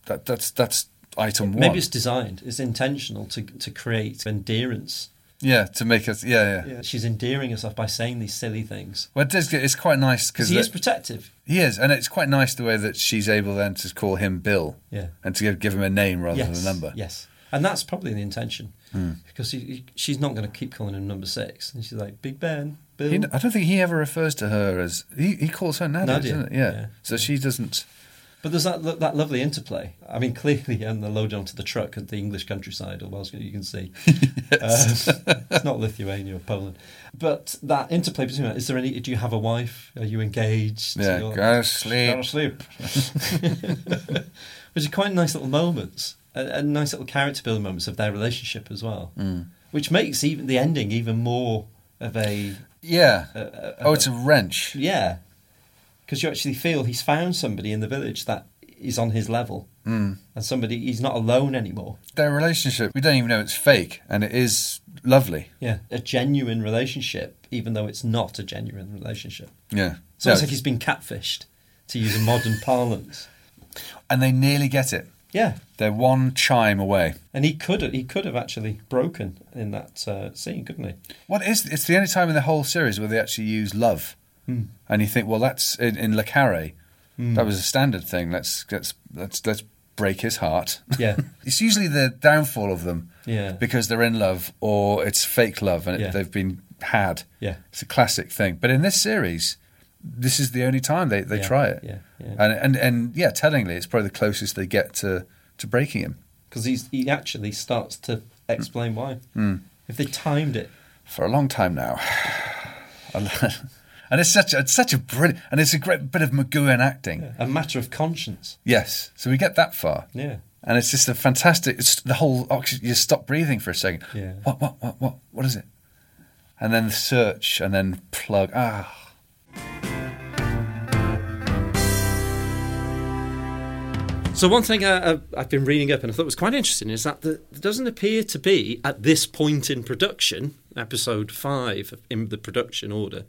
That that's that's item one. Maybe it's designed. It's intentional to to create endearance. yeah, to make us. Yeah, yeah. She's endearing herself by saying these silly things. Well, it does get, it's quite nice because 'Cause he is protective. He is, and it's quite nice the way that she's able then to call him Bill, Yeah. and to give, give him a name rather Yes. than a number. Hmm. Yes. And that's probably the intention because he, he- she's not going to keep calling him number six. And she's like, Big Ben, Bill. He, I don't think he ever refers to her as he, he calls her Nadia, Nadia, doesn't it? Yeah. yeah. So she doesn't. But there's that lo- that lovely interplay. I mean, clearly, and the load onto the truck at the English countryside or Welsh, you can see. Uh, it's not Lithuania or Poland, but that interplay between that. Is there any? Do you have a wife? Are you engaged? Yeah, You're- go sleep. Go to sleep. Which are quite nice little moments, and, and nice little character building moments of their relationship as well. Which makes even the ending even more of a Yeah. uh, oh, it's a wrench. yeah. because you actually feel he's found somebody in the village that is on his level mm. and somebody he's not alone anymore. Their relationship, we don't even know it's fake, and it is lovely. Yeah, a genuine relationship, even though it's not a genuine relationship. Yeah. So it's like he's been catfished, to use a modern parlance. and they nearly get it. Yeah, They're one chime away. and he could he could have actually broken in that uh, scene, couldn't he? What is? It's the only time in the whole series where they actually use love, Hmm. and you think, well, that's in, in Le Carre. That was a standard thing. Let's let's let's let's break his heart. Yeah. it's usually the downfall of them. Yeah. because they're in love or it's fake love and it, Yeah. they've been had. Yeah. it's a classic thing. But in this series, this is the only time they, they Yeah, try it. yeah, yeah. and and and yeah, tellingly, it's probably the closest they get to to breaking him. Because he's he actually starts to explain why. If they timed it, for a long time now. and it's such a, it's such a brilliant and it's a great bit of McGowan acting. a matter of conscience. Yes, so we get that far. Yeah. And it's just a fantastic. It's the whole oxygen. You stop breathing for a second. Yeah. What? What? What? What? What is it? And then search, and then plug. Ah, So one thing I, I, I've been reading up and I thought was quite interesting is that the, there doesn't appear to be at this point in production, episode five in the production order,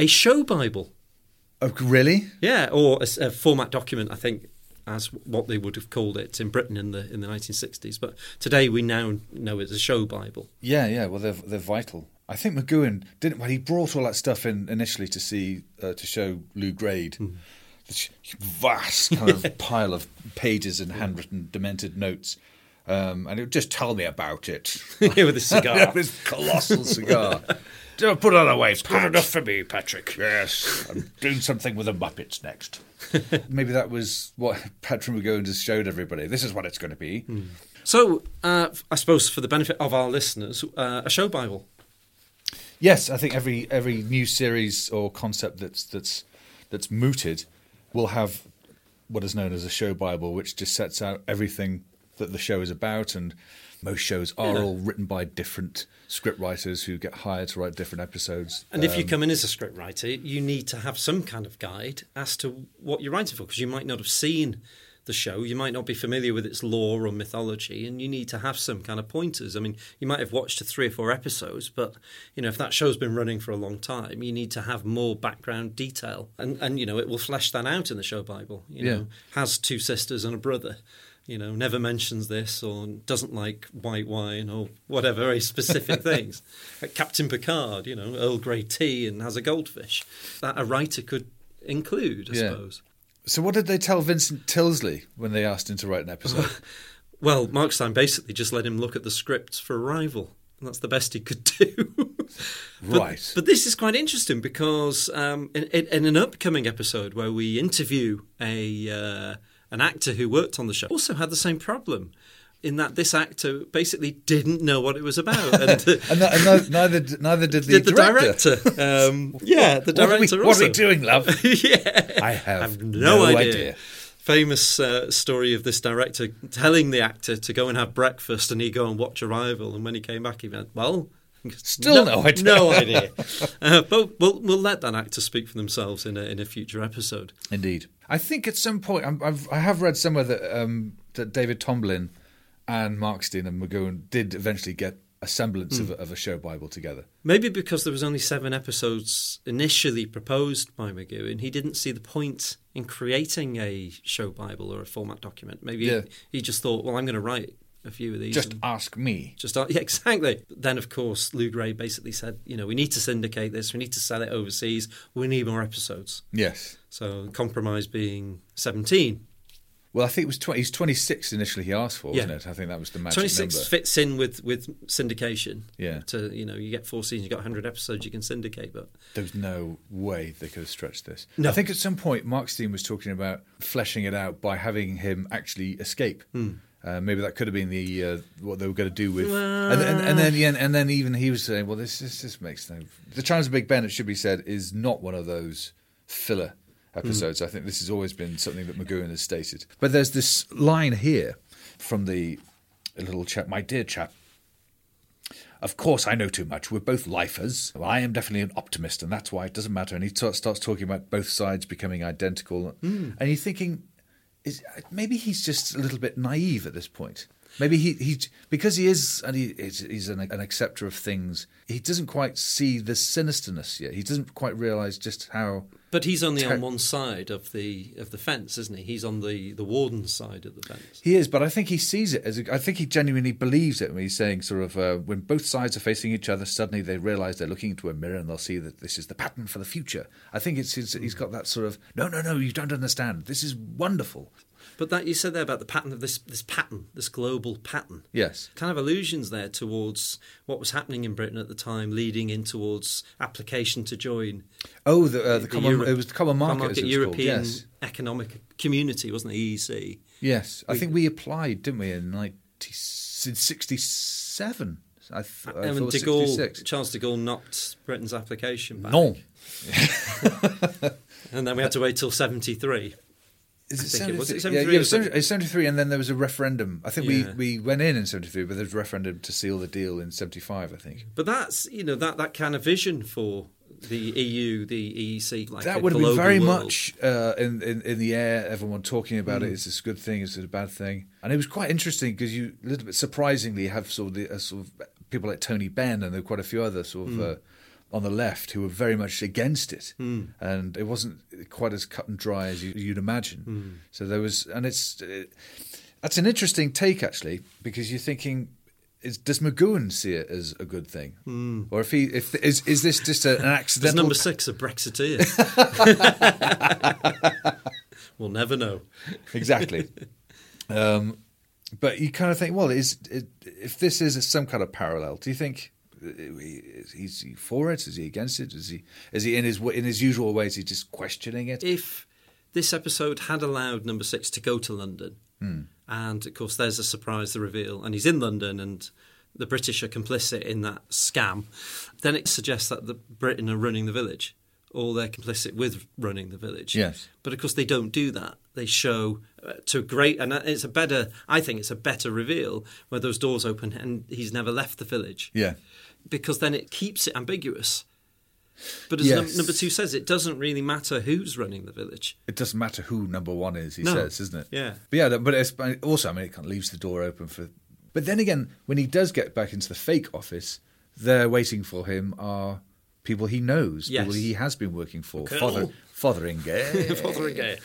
a show bible. oh, really? Yeah, or a, s- a format document. I think as what they would have called it in Britain in the in the 1960s. But today we now know it's a show bible. Yeah, yeah. Well, they're they're vital. I think McGowan didn't. Well, he brought all that stuff in initially to see uh, to show Lou Grade. This vast kind of pile of pages and handwritten demented notes, um, and it would just tell me about it. Yeah, with a cigar. this colossal cigar. Don't put that away. It's good enough for me, Patrick. Yes, I'm doing something with the Muppets next. Maybe that was what Patrick McGowan just showed everybody. This is what it's going to be. so uh, I suppose for the benefit of our listeners, uh, a show bible. Yes, I think every every new series or concept that's that's that's mooted will have what is known as a show bible, which just sets out everything that the show is about. And most shows are all written by different script writers who get hired to write different episodes. And if you come in as a scriptwriter, you need to have some kind of guide as to what you're writing for, because you might not have seen the show, you might not be familiar with its lore or mythology, and you need to have some kind of pointers. I mean, you might have watched three or four episodes, but you know if that show's been running for a long time, you need to have more background detail, and and you know it will flesh that out in the show bible. You know, has two sisters and a brother. You know, never mentions this or doesn't like white wine or whatever, very specific things. Like Captain Picard, you know, Earl Grey tea and has a goldfish. That a writer could include, I Yeah. suppose. So, what did they tell Vincent Tilsley when they asked him to write an episode? Well, Markstein basically just let him look at the script for Arrival, and that's the best he could do. But- Right. But this is quite interesting because um, in, in, in an upcoming episode where we interview a uh, an actor who worked on the show, also had the same problem. In that this actor basically didn't know what it was about, and, uh, and no, and no- neither neither did the, did the director? um, yeah, the What are director. we- what also. are we doing, love? yeah. I have, I have no, idea. idea. Famous uh, story of this director telling the actor to go and have breakfast, and he go and watch Arrival. And when he came back, he went, "Well, Still no idea." no idea." uh, but we'll we'll let that actor speak for themselves in a in a future episode. Indeed. I think at some point I'm, I've, I have read somewhere that um, that David Tomlin and Markstein and McGowan did eventually get a semblance of, a, of a show bible together. Maybe because there was only seven episodes initially proposed by Magoo, and he didn't see the point in creating a show bible or a format document. Maybe Yeah. he, he just thought, "Well, I'm going to write a few of these." Just and- ask me. Just yeah, exactly. Then, of course, Lou Gray basically said, you know, we need to syndicate this, we need to sell it overseas, we need more episodes. Yes. So, compromise being 17. Well, I think it was 20, he's 26 initially. He asked for, wasn't Yeah. it? I think that was the magic 26 number. fits in with, with syndication. Yeah. To, you know, you get four seasons, you got 100 episodes you can syndicate, but There was no way they could have stretched this. No. I think at some point Markstein was talking about fleshing it out by having him actually escape. Uh, maybe that could have been the uh, what they were going to do with, and, and, and then yeah, and then even he was saying, "Well, this this, this makes no." The Challenge of Big Ben, it should be said, is not one of those filler episodes. I think this has always been something that McGowan has stated. But there's this line here from the little chap, my dear chap, Of course, I know too much. We're both lifers. I am definitely an optimist, and that's why it doesn't matter. And he t- starts talking about both sides becoming identical. And you're thinking, is, uh, maybe he's just a little bit naive at this point. Maybe he, he because he is and he is, he's an, an acceptor of things. He doesn't quite see the sinisterness yet. He doesn't quite realise just how But he's only on one side of the of the fence, isn't he? He's on the the warden's side of the fence. He is, but I think he sees it as. A, I think he genuinely believes it when he's saying, sort of, uh, when both sides are facing each other, suddenly they realise they're looking into a mirror and they'll see that this is the pattern for the future. I think it's his, he's got that sort of, no, no, no, you don't understand. This is wonderful. But that you said there about the pattern of this this pattern, this global pattern. Yes. Kind of allusions there towards what was happening in Britain at the time, leading in towards application to join Oh, the, uh, the, common, Euro- it was the common market, as it was called, European Yes, Economic Community, wasn't it? EEC. yes. I think we applied, didn't we, in 1967? I, th- I and thought de Gaulle, 66. Charles de Gaulle knocked Britain's application back. No. And then we had to wait till 73. Is it think it was- 73? it's yeah, 73 yeah, or it was something. 70- 73, and then there was a referendum. I think Yeah. we, we went in in 73, but there was a referendum to seal the deal in 75, I think. But that's, you know, that, that kind of vision for the EU, the EEC, like a that would have been global very world. Mm. much uh, in, in in the air. Everyone talking about it. Is this a good thing? Is it a bad thing? And it was quite interesting because you a little bit surprisingly have sort of, the, uh, sort of people like Tony Benn and there were quite a few other sort of. Mm. Uh, on the left, who were very much against it, and it wasn't quite as cut and dry as you, you'd Mm. imagine. So there was, and it's uh, that's an interesting take actually, because you're thinking, is, does Magoon see it as a good thing, or if he, if is is this just a, an Mm. There's accidental number six of Brexiteer. we'll never know. exactly. um, but you kind of think, well, is it, if this is some kind of parallel? Do you think uh, is is he for it? Is he against it? Is he is he in his in his usual ways? He's just questioning it. If this episode had allowed number six to go to London, Hmm. and of course, there's a surprise, the reveal, and he's in London, and the British are complicit in that scam, then it suggests that the Britain are running the village, or they're complicit with running the village. Yes. But of course, they don't do that. They show uh, to a great, and it's a better, I think it's a better reveal where those doors open and he's never left the village. Yeah. Because then it keeps it ambiguous. But as num- Yes. number two says, it doesn't really matter who's running the village. It doesn't matter who number one is, he No. says, isn't it? Yeah. But yeah, but it's, but also, I mean, it kind of leaves the door open for. But then again, when he does get back into the fake office, there waiting for him are people he knows, Yes. Oh. people he has been working for. Colonel. Father, Fotheringay. Fotheringay.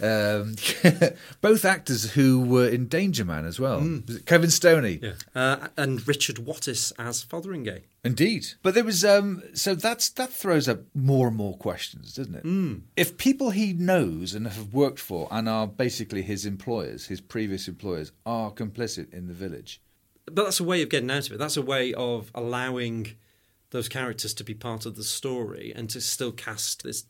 Um, both actors who were in Danger Man as well. Was it Kevin Stoney, Yeah. Uh, and Richard Wattis as Fotheringay. indeed. But there was um, so that's that throws up more and more questions, doesn't it? If people he knows and have worked for and are basically his employers, his previous employers, are complicit in the village. But that's a way of getting out of it. That's a way of allowing those characters to be part of the story and to still cast this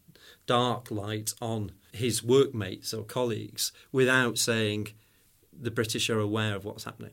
dark light on his workmates or colleagues without saying the British are aware of what's happening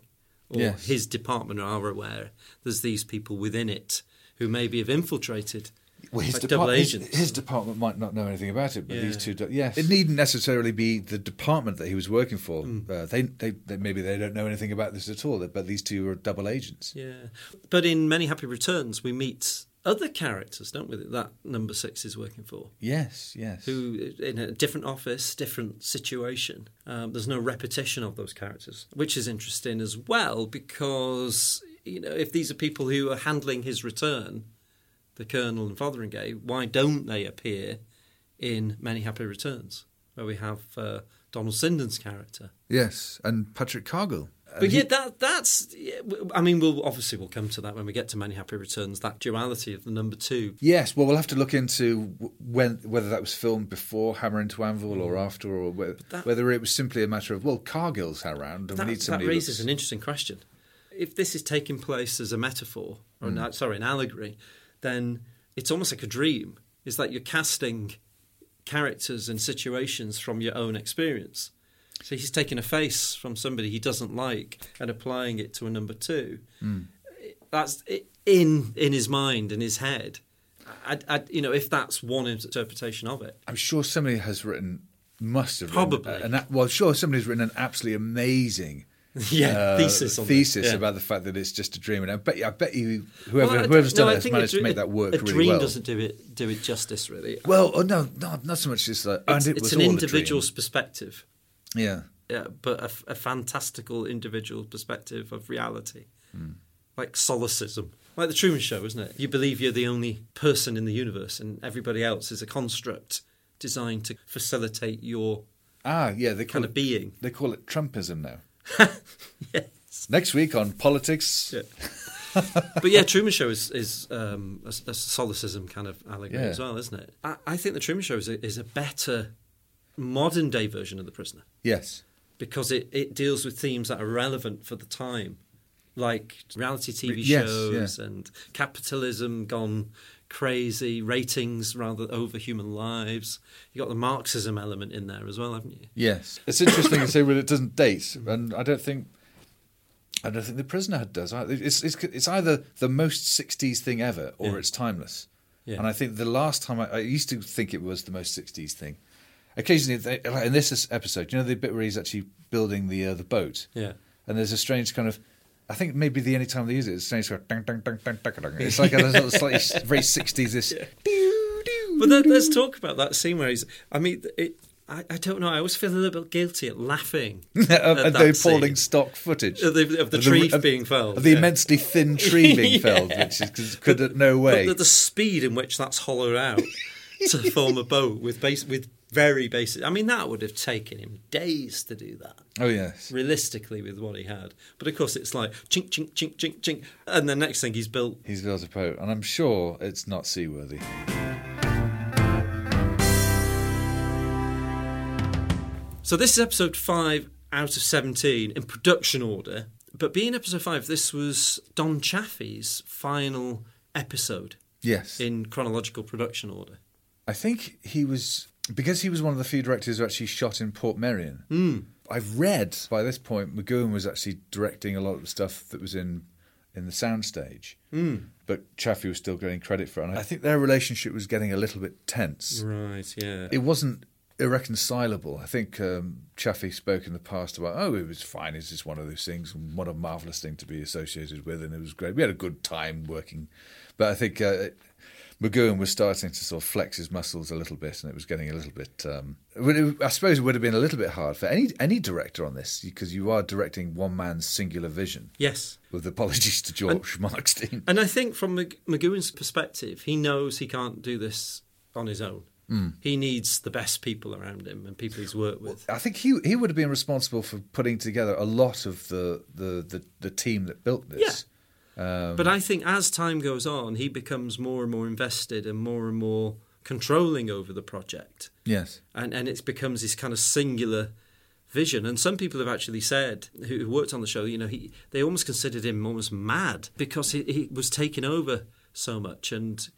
or Yes. his department are aware. There's these people within it who maybe have infiltrated Well, his, like depart- double his- agents. his department might not know anything about it, but Yeah. these two, do- yes, it needn't necessarily be the department that he was working for. Uh, they, they, they, maybe they don't know anything about this at all. But these two are double agents. Yeah. But in Many Happy Returns, we meet other characters, don't we, that, that number six is working for, Yes, yes. who in a different office, different situation. Um, there's no repetition of those characters, which is interesting as well because, you know, if these are people who are handling his return, the Colonel and Fotheringay, why don't they appear in Many Happy Returns, where we have uh, Donald Sindon's character? Yes, and Patrick Cargill. But yeah, that that's. yeah, w- I mean, we'll obviously we'll come to that when we get to Many Happy Returns. That duality of the number two. Yes, well, we'll have to look into w- when whether that was filmed before Hammer into Anvil or after, or whe- that- whether it was simply a matter of well, Cargill's around and That, we need that somebody. raises that's- an interesting question. If this is taking place as a metaphor, or Hmm. an, sorry, an allegory, then it's almost like a dream. It's like you're casting characters and situations from your own experience. So he's taking a face from somebody he doesn't like and applying it to a number two. Hmm. that's in in his mind in his head I, I, you know if that's one interpretation of it I'm sure somebody has written, must have Probably. written, an, well, sure somebody's written an absolutely amazing yeah, uh, thesis on thesis this. Yeah. about the fact that it's just a dream. And I bet, I bet you whoever Well, I d- whoever's done no, I this think managed a, to dr- make that work a really dream well. doesn't do it do it justice, really. Well, oh, no, no, not so much as that. it's and it it's was an all a individual's perspective, dream. Yeah. yeah, uh, but a, f- a fantastical individual perspective of reality, like solecism, like the Truman Show, isn't it? You believe you're the only person in the universe, and everybody else is a construct designed to facilitate your Ah, yeah. They call kind of it, being. They call it Trumpism now. Yes. Next week on politics. Yeah. but yeah, Truman Show is is um, a, a solecism kind of allegory Yeah. as well, isn't it? I, I think the Truman Show is a, is a better modern day version of the Prisoner Yes. because it, it deals with themes that are relevant for the time, like reality TV Yes, shows yeah. and capitalism gone crazy, ratings rather over human lives. You got the Marxism element in there as well, haven't you? Yes. It's interesting you say, well, it doesn't date, and I don't think. I don't think the prisoner does. either. It's, it's it's either the most '60s thing ever, or Yeah. it's timeless. Yeah. And I think the last time I, I used to think it was the most '60s thing. Occasionally, they, like in this episode, you know the bit where he's actually building the uh, the boat. Yeah. And there's a strange kind of. I think maybe the only time they use it, it's strange kind of dang, dang, dang, dang, dang, dang. It's like a little slightly very '60s. This. doo, doo. But let, let's talk about that scene where he's. I mean, it. I, I don't know. I always feel a little bit guilty at laughing at of, that of the appalling scene. stock footage Of the- of the tree being felled, of the yeah. immensely thin tree being felled, which is cause, could at no way. But the, the speed in which that's hollowed out to form a boat with base with very basic. I mean, that would have taken him days to do that. oh yes, Realistically, with what he had, but of course it's like chink, chink, chink, chink, chink, and the next thing he's built. he's built a boat, and I'm sure it's not seaworthy. So this is episode five out of seventeen in production order. But being episode five, this was Don Chaffee's final episode. Yes, in chronological production order. I think he was because he was one of the few directors who actually shot in Port Merion. Hmm. Mm. I've read by this point McGowan was actually directing a lot of the stuff that was in in the soundstage, Hmm. mm. but Chaffee was still getting credit for it. And I think their relationship was getting a little bit tense. Right, yeah. it wasn't irreconcilable. I think um, Chaffee spoke in the past about, oh, it was fine. It's just one of those things, and what a marvelous thing to be associated with, and it was great. We had a good time working, but I think uh, McGowan was starting to sort of flex his muscles a little bit, and it was getting a little bit. Um, it would- I suppose it would have been a little bit hard for any any director on this because you are directing one man's singular vision. yes. With apologies to George Markstein. And I think from Mag- Magoon's perspective, he knows he can't do this on his own. He needs the best people around him and people he's worked with. I think he he would have been responsible for putting together a lot of the the, the, the team that built this. but I think as time goes on, he becomes more and more invested and more and more controlling over the project. Yes. and and it becomes this kind of singular vision. And some people have actually said who, who worked on the show, you know, he they almost considered him almost mad because he, he was taking over so much. And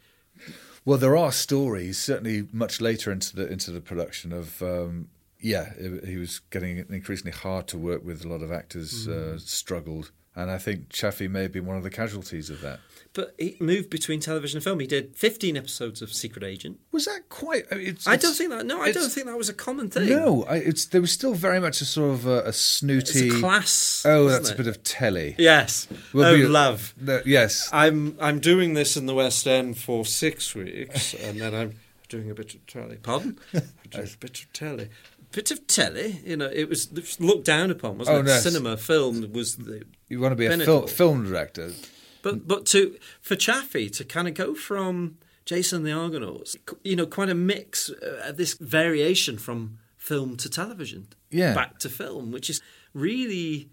Well, there are stories certainly much later into the into the production of um, yeah, he- he was getting increasingly hard to work with. A lot of actors uh, struggled, and I think Chaffee may have been one of the casualties of that. but he moved between television and film. He did 15 episodes of Secret Agent. Was that quite? I, mean, it's, I it's- don't think that. No, I it's- don't think that was a common thing. No, I, it's there was still very much a sort of uh, a, a it's snooty a class. Oh, isn't that's a it? bit of telly. Yes. We'll oh, be- love. No, yes, I'm I'm doing this in the West End for six weeks, and then I'm doing a bit of telly. Pardon? I do a bit of telly. Bit of telly, you know, it was it was looked down upon, wasn't Oh, it? no. Cinema, film was the. you want to be a Pinnacle. fil- film director. But but to for Chaffee to kind of go from Jason and the Argonauts, you know, quite a mix, uh, this variation from film to television, Yeah. back to film, which is really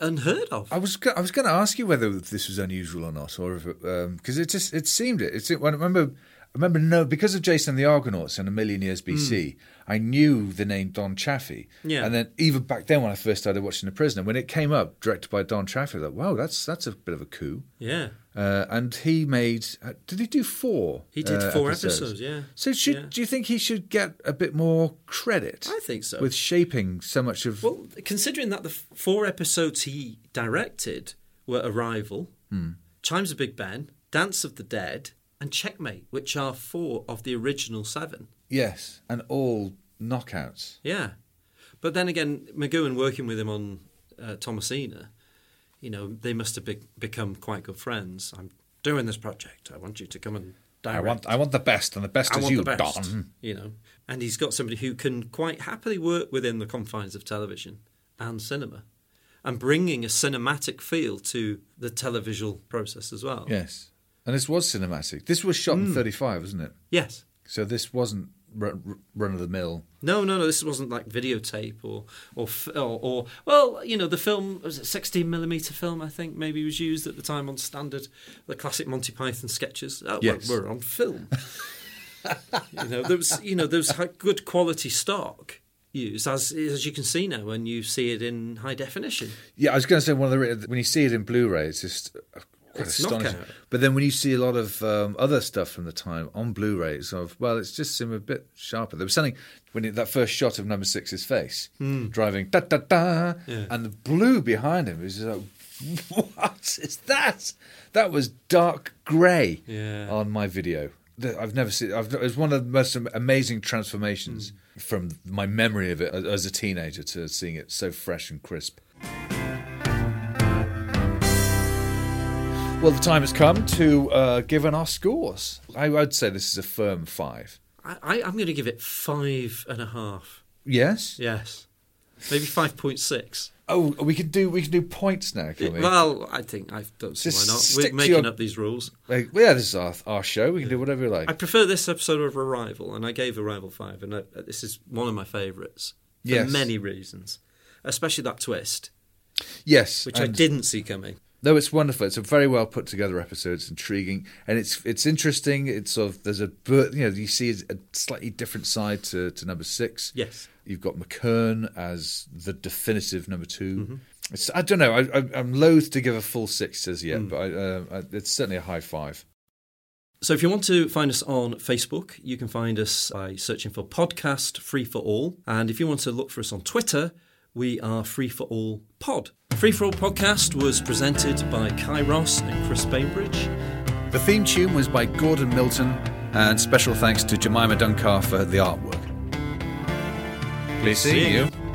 unheard of. I was go- I was going to ask you whether this was unusual or not, or if it, because it just it seemed it. It's- it- I remember I remember no because of Jason and the Argonauts and a million years BC, I knew the name Don Chaffee. Hmm. Yeah. and then even back then when I first started watching The Prisoner, when it came up directed by Don Chaffee, I thought, wow, that's that's a bit of a coup. yeah, Uh, and he made. uh, Did he do four? He did uh, four episodes, yeah. So should, Yeah. do you think he should get a bit more credit? I think so. With shaping so much of Well, considering that the f- four episodes he directed were Arrival, Chimes of Big Ben, Dance of the Dead, and Checkmate, which are four of the original seven. yes, and all knockouts. Yeah. But then again, McGowan working with him on uh, Thomasina, you know, they must have be- become quite good friends. I'm doing this project. I want you to come and direct. I want, I want the best, and the best I is want you, the best. Don. You know, and he's got somebody who can quite happily work within the confines of television and cinema, and bringing a cinematic feel to the televisual process as well. Yes, and this was cinematic. This was Hmm. shot in '35, wasn't it? Yes. So this wasn't r- r- run of the mill. No, no, no. This wasn't like videotape or or f- or, or well, you know, the film was it sixteen millimeter film. I think maybe was used at the time on standard, the classic Monty Python sketches. Oh, we're- Yes. we're, on film. you know, there was you know there was hi- good quality stock used as as you can see now when you see it in high definition. Yeah, I was going to say one of the re- when you see it in Blu-ray, it's just uh, quite It's astonishing. knockout. But then when you see a lot of um, other stuff from the time on Blu-ray, it's sort of well, it's just seemed a bit sharper. There was something when it, that first shot of Number Six's face Hmm. driving da da da, and the blue behind him is like, what is that? That was dark grey Yeah. on my video. The- I've never seen. I've, it was one of the most am- amazing transformations Hmm. from my memory of it as, as a teenager to seeing it so fresh and crisp. Well, the time has come to uh, give in our scores. I would say this is a firm five. I, I, I'm going to give it five and a half. Yes. Yes, maybe five point six. Oh, we could do we could do points now, can we? Well, I think I don't see Just why not. stick We're to making your- up these rules. Like, well, yeah, this is our, our show. We can do whatever we like. I prefer this episode over Arrival, and I gave Arrival five, and I, this is one of my favourites for Yes. many reasons, especially that twist, yes. which I and- didn't see coming. No, it's wonderful. It's a very well put together episode. It's intriguing and it's it's interesting. It's sort of there's a bur- you know you see a slightly different side to, to number six. Yes. you've got McKern as the definitive number 2 Mm-hmm. It's, I don't know. I, I, I'm loath to give a full six as Mm. yet, but I, uh, I, it's certainly a high five. So, if you want to find us on Facebook, you can find us by searching for Podcast Free for All, and if you want to look for us on Twitter, we are Free for All Pod. Free for All podcast was presented by Kai Ross and Chris Bainbridge. The theme tune was by Gordon Milton, and special thanks to Jemima Dunkar for the artwork. Please see you.